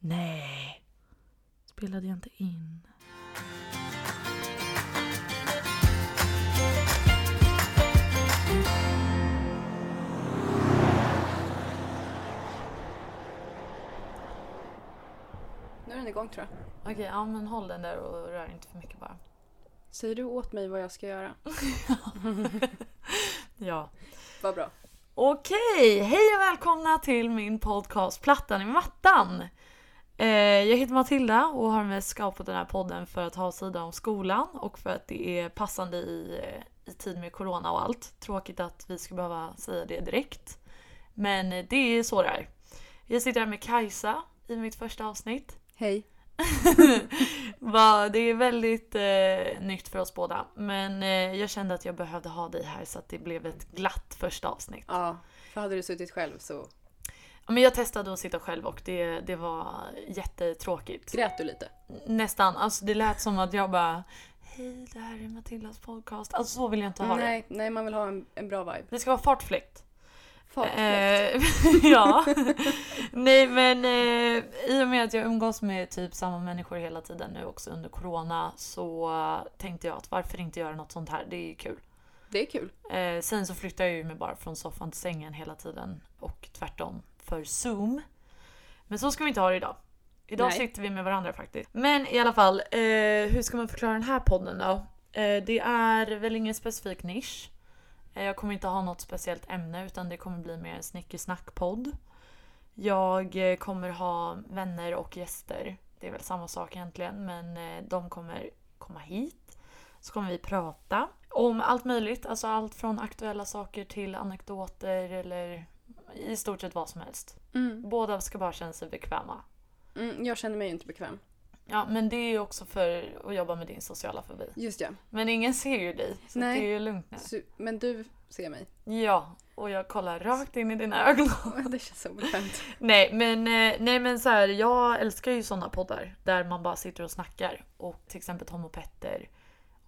Nej. Spelade jag inte in? Nu är den igång tror jag. Okej, ja men håll den där och rör inte för mycket bara. Säger du åt mig vad jag ska göra? Ja. Vad bra. Okej, hej och välkomna till min podcast Plattan i mattan. Eh, jag heter Matilda och har med skapat den här podden för att ha sida om skolan och för att det är passande i, eh, i tid med corona och allt. Tråkigt att vi ska behöva säga det direkt. Men eh, det är så det är. Jag sitter här med Kajsa i mitt första avsnitt. Hej. Va, det är väldigt eh, nytt för oss båda. Men eh, jag kände att jag behövde ha dig här så att det blev ett glatt första avsnitt. Ja, för hade du suttit själv så Ja, Men jag testade att sitta själv och det, det var jättetråkigt. grät du lite. Nästan. Alltså det lät som att jag bara Hej, det här är Matildas podcast. Alltså så vill jag inte ha det. Nej, nej, man vill ha en, en bra vibe. Det ska vara fartfläkt. Fartfläkt. Eh, ja. Nej men eh, i och med att jag umgås med typ samma människor hela tiden nu också under corona så eh, tänkte jag att varför inte göra något sånt här, det är ju kul. Det är kul. Eh, sen så flyttar jag ju mig bara från soffan till sängen hela tiden och tvärtom för Zoom. Men så ska vi inte ha det idag. Idag Nej. sitter vi med varandra faktiskt. Men i alla fall, eh, hur ska man förklara den här podden då? Eh, det är väl ingen specifik nisch. Eh, jag kommer inte ha något speciellt ämne utan det kommer bli mer en snickesnack-podd. Jag eh, kommer ha vänner och gäster. Det är väl samma sak egentligen men eh, de kommer komma hit. Så kommer vi prata om allt möjligt. Alltså allt från aktuella saker till anekdoter eller i stort sett vad som helst. Mm. Båda ska bara känna sig bekväma. Mm, jag känner mig inte bekväm. Ja men det är ju också för att jobba med din sociala fobi. Just ja. Men ingen ser ju dig så Nej. det är ju lugnt nu. Su- men du ser mig. Ja, och jag kollar rakt in i dina ögon. Det känns så obekvämt. Nej men, eh, nej, men så här, jag älskar ju sådana poddar där man bara sitter och snackar. Och till exempel Tom och Petter.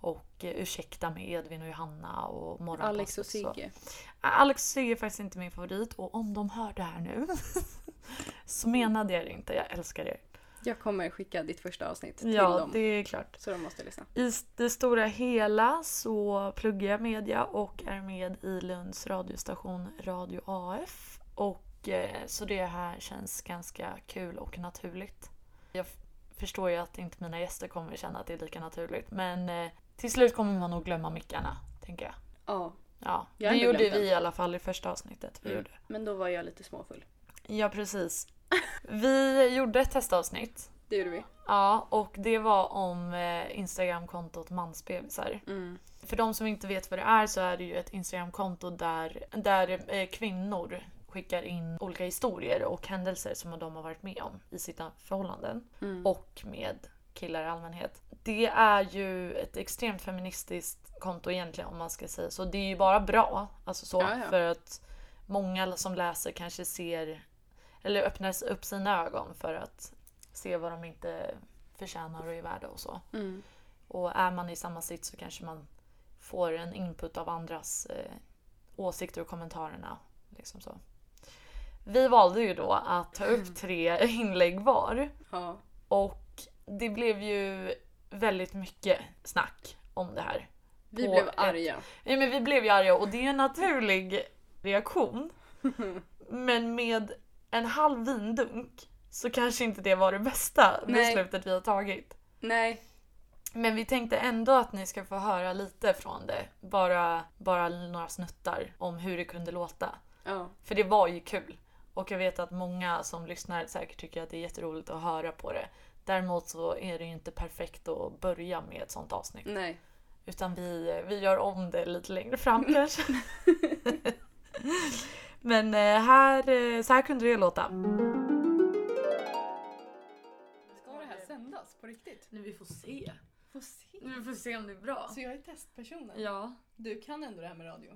Och eh, Ursäkta med Edvin och Johanna och Morgonpasset. Alex och så. Sigge. Alex och Sigge är faktiskt inte min favorit och om de hör det här nu så menade jag det inte. Jag älskar er. Jag kommer skicka ditt första avsnitt till Ja, dem. det är klart. Så de måste lyssna. I det stora hela så pluggar jag media och är med i Lunds radiostation Radio AF. Och, eh, så det här känns ganska kul och naturligt. Jag f- förstår ju att inte mina gäster kommer känna att det är lika naturligt men eh, till slut kommer man nog glömma mickarna, tänker jag. Ja, Ja, Jag det har inte gjorde glömt vi i alla fall i första avsnittet. Vi Mm. gjorde. men då var jag lite småfull. Ja, precis. Vi gjorde ett testavsnitt. Det gjorde vi. Ja, och det var om eh, Instagramkontot mansbebisar. Mm. För de som inte vet vad det är så är det ju ett Instagramkonto där, där eh, kvinnor skickar in olika historier och händelser som de har varit med om i sina förhållanden. Mm. Och med killar i allmänhet. Det är ju ett extremt feministiskt konto egentligen om man ska säga så. Det är ju bara bra. Alltså så. Ja, ja. För att många som läser kanske ser eller öppnar upp sina ögon för att se vad de inte förtjänar och är värda och så. Mm. Och är man i samma sitt så kanske man får en input av andras eh, åsikter och kommentarerna. Liksom så. Vi valde ju då att ta upp tre inlägg var Ja. och det blev ju väldigt mycket snack om det här. Vi På blev ett- arga. Nej, men vi blev ju arga och det är ju en naturlig reaktion. Men med en halv vindunk så kanske inte det var det bästa Nej. beslutet vi har tagit. Nej, Men vi tänkte ändå att ni ska få höra lite från det. Bara, bara några snuttar om hur det kunde låta. ja. För det var ju kul. Och jag vet att många som lyssnar säkert tycker att det är jätteroligt att höra på det. Däremot så är det ju inte perfekt att börja med ett sånt avsnitt. Nej. Utan vi, vi gör om det lite längre fram kanske. Men eh, här, eh, så här kunde det låta. Ska det här sändas på riktigt? Nu vi får se. Får se. Nu får se om det är bra. Så jag är testpersonen. Ja. Du kan ändå det här med radio.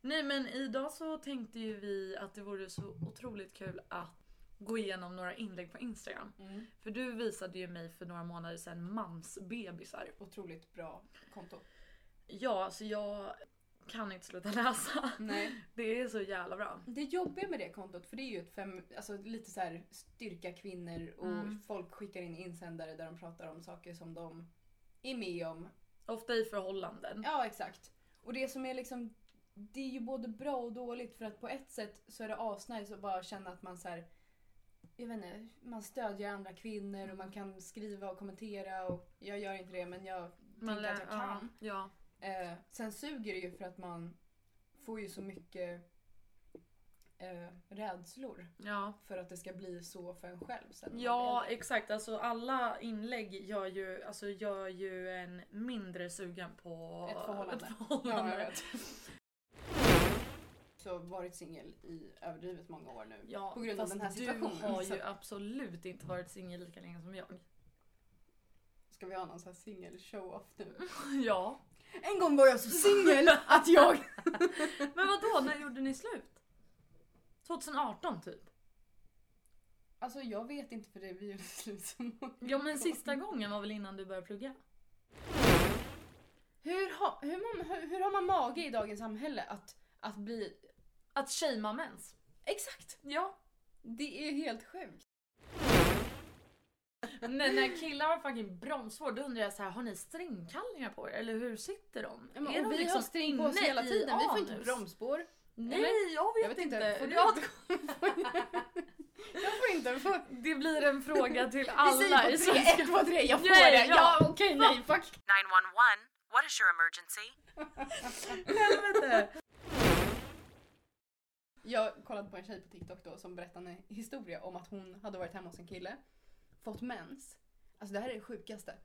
Nej men idag så tänkte ju vi att det vore så otroligt kul att gå igenom några inlägg på Instagram. Mm. För du visade ju mig för några månader sedan mansbebisar. Otroligt bra konto. Ja, så alltså jag kan inte sluta läsa. Nej. Det är så jävla bra. Det jobbiga med det kontot, för det är ju ett fem, alltså lite så här styrka kvinnor och Mm. folk skickar in insändare där de pratar om saker som de är med om. Ofta i förhållanden. Ja, exakt. Och det som är liksom, det är ju både bra och dåligt för att på ett sätt så är det asnice att bara känna att man så här, jag vet inte, man stödjer andra kvinnor och man kan skriva och kommentera och jag gör inte det men jag tänker lär- att jag kan. Ja, ja. Eh, sen suger det ju för att man får ju så mycket eh, rädslor ja. för att det ska bli så för en själv sen. när man Ja blir äldre. exakt, alltså alla inlägg gör ju, alltså, gör ju en mindre sugen på Ett förhållande. ett ja, förhållande. jag vet. Så varit singel i överdrivet många år nu. Ja, På grund av fast den här situationen, Du har så- ju absolut inte varit singel lika länge som jag. Ska vi ha någon sån här singel show-off nu? Ja. En gång var jag så singel att jag... Men vadå, när gjorde ni slut? 2018 typ. Alltså jag vet inte för det vi gjorde slut så många Ja men sista gången var väl innan du började plugga? hur, ha, hur, man, hur, hur har man mage i dagens samhälle att, att bli... Att shamea mens. Exakt! Ja. Det är helt sjukt. Men när killar har fucking bromsvår då undrar jag så här, har ni stringkallingar på er? Eller hur sitter de? Ja, men, är och de liksom vi har string på oss inne hela i tiden, vi får inte anus? bromsspår. Nej, jag vet, Jag vet inte, får du- Jag- Jag får inte... Får... Det blir en fråga till Vi säger alla på i tre, svenska. ett på tre, jag får Nej, det! ja. Ja, okej, nej, fuck! 911, what is your emergency? Helvete. Jag kollade på en tjej på TikTok då som berättade en historia om att hon hade varit hemma hos en kille, fått mens. Alltså det här är det sjukaste.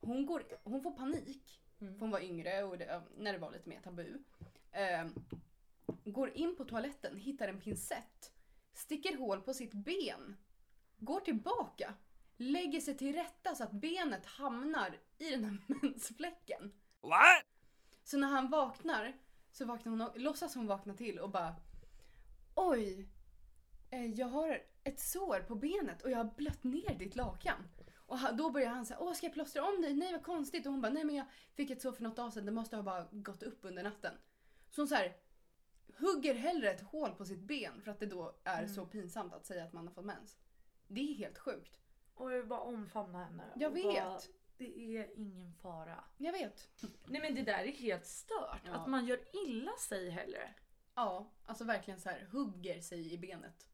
Hon, går, hon får panik, för hon var yngre och det, när det var lite mer tabu. Ehm, går in på toaletten, hittar en pincett, sticker hål på sitt ben, går tillbaka, lägger sig till rätta så att benet hamnar i den här mensfläcken. What? Så när han vaknar så vaknar hon och låtsas hon vakna till och bara Oj! eh, Jag har ett sår på benet och jag har blött ner ditt lakan. Och han- då börjar han säga Åh, ska jag plåstra om dig? Nej, vad konstigt. Och hon bara Nej, men jag fick ett sår för något dag sedan. Det måste ha bara gått upp under natten. Så hon så här hugger hellre ett hål på sitt ben för att det då är så pinsamt att säga att man har fått mens. Det är helt sjukt. Och jag vill bara omfamna henne. Jag och bara, vet. det är ingen fara. Jag vet. Nej men det där är helt stört. Ja. Att man gör illa sig hellre. Ja, alltså verkligen så här hugger sig i benet.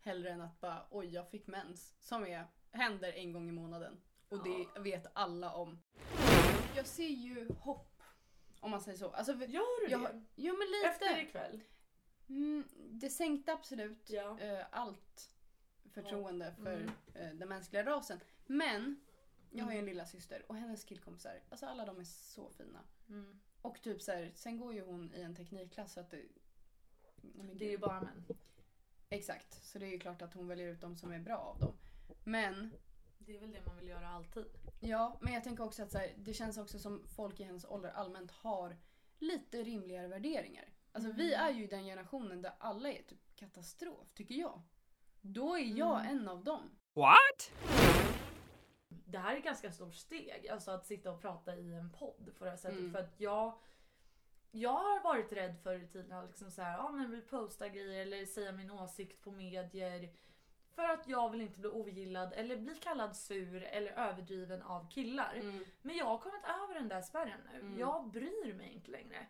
Hellre än att bara oj jag fick mens. Som är, händer en gång i månaden. Och det vet alla om. Jag ser ju hopp. Om man säger så. Alltså, vi- Gör jag, har- jo men lite. Efter ikväll? Mm, det sänkte absolut Ja. eh, allt förtroende för Mm. eh, den mänskliga rasen. Men jag har ju en lilla syster och hennes killkompisar, alltså alla de är så fina. Mm. Och typ så här, sen går ju hon i en teknikklass så att det... Nej, men Det är ju gud. bara män. Exakt, så det är ju klart att hon väljer ut de som är bra av dem. Men, Det är väl det man vill göra alltid. ja, men jag tänker också att så här, det känns också som folk i hennes ålder allmänt har lite rimligare värderingar. Alltså vi är ju den generationen där alla är typ katastrof, tycker jag. Då är jag en av dem. What? Det här är ett ganska stort steg, alltså att sitta och prata i en podd på det här sättet. Mm. För att jag, jag har varit rädd förr i tiden att liksom så här, ah, men reposta grejer eller säga min åsikt på medier. För att jag vill inte bli ogillad eller bli kallad sur eller överdriven av killar. Men jag har kommit över den där spärren nu. Mm. Jag bryr mig inte längre.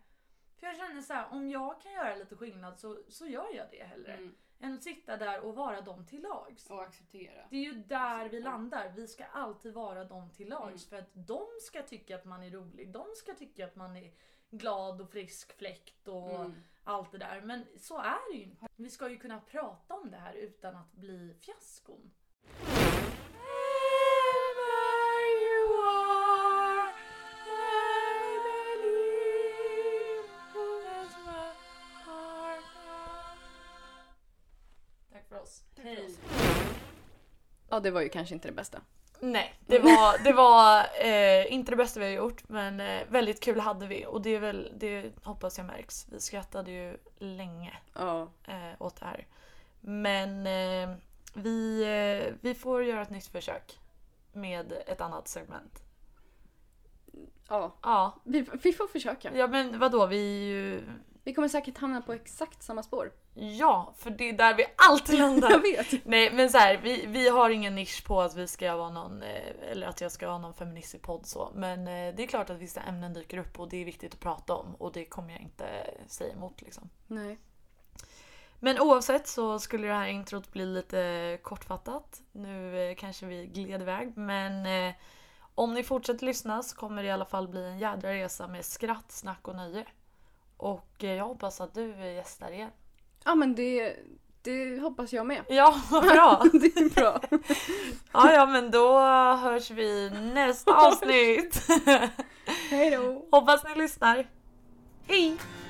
För jag känner så här, om jag kan göra lite skillnad så, så gör jag det hellre. Mm. Än att sitta där och vara dem till lags. Och acceptera. Det är ju där vi landar. Vi ska alltid vara dem till lags. För att de ska tycka att man är rolig. De ska tycka att man är glad och frisk fläkt och Mm. allt det där. Men så är det ju inte. Vi ska ju kunna prata om det här utan att bli fiaskon. Tack för oss. Hej. Ja, det var ju kanske inte det bästa. Nej, det var, det var eh, inte det bästa vi har gjort men eh, väldigt kul hade vi och det, är väl, det hoppas jag märks. Vi skrattade ju länge Ja. eh, åt det här. Men eh, vi, eh, vi får göra ett nytt försök med ett annat segment. Ja, Ja. vi, vi får försöka. Ja men vadå, vi är ju... Vi kommer säkert hamna på exakt samma spår. Ja, för det är där vi alltid landar. Jag vet. Nej men så här, vi, vi har ingen nisch på att vi ska vara någon, eh, eller att jag ska ha någon feministisk podd så. Men eh, det är klart att vissa ämnen dyker upp och det är viktigt att prata om och det kommer jag inte säga emot liksom. Nej. Men oavsett så skulle det här introt bli lite kortfattat. Nu eh, kanske vi gled iväg men eh, om ni fortsätter lyssna så kommer det i alla fall bli en jädra resa med skratt, snack och nöje. Och eh, jag hoppas att du eh, gästar igen. Ja men det, det hoppas jag med. Ja, vad bra! det är bra. Ja, ja, men då hörs vi nästa avsnitt. Hej då. Hoppas ni lyssnar. Hej!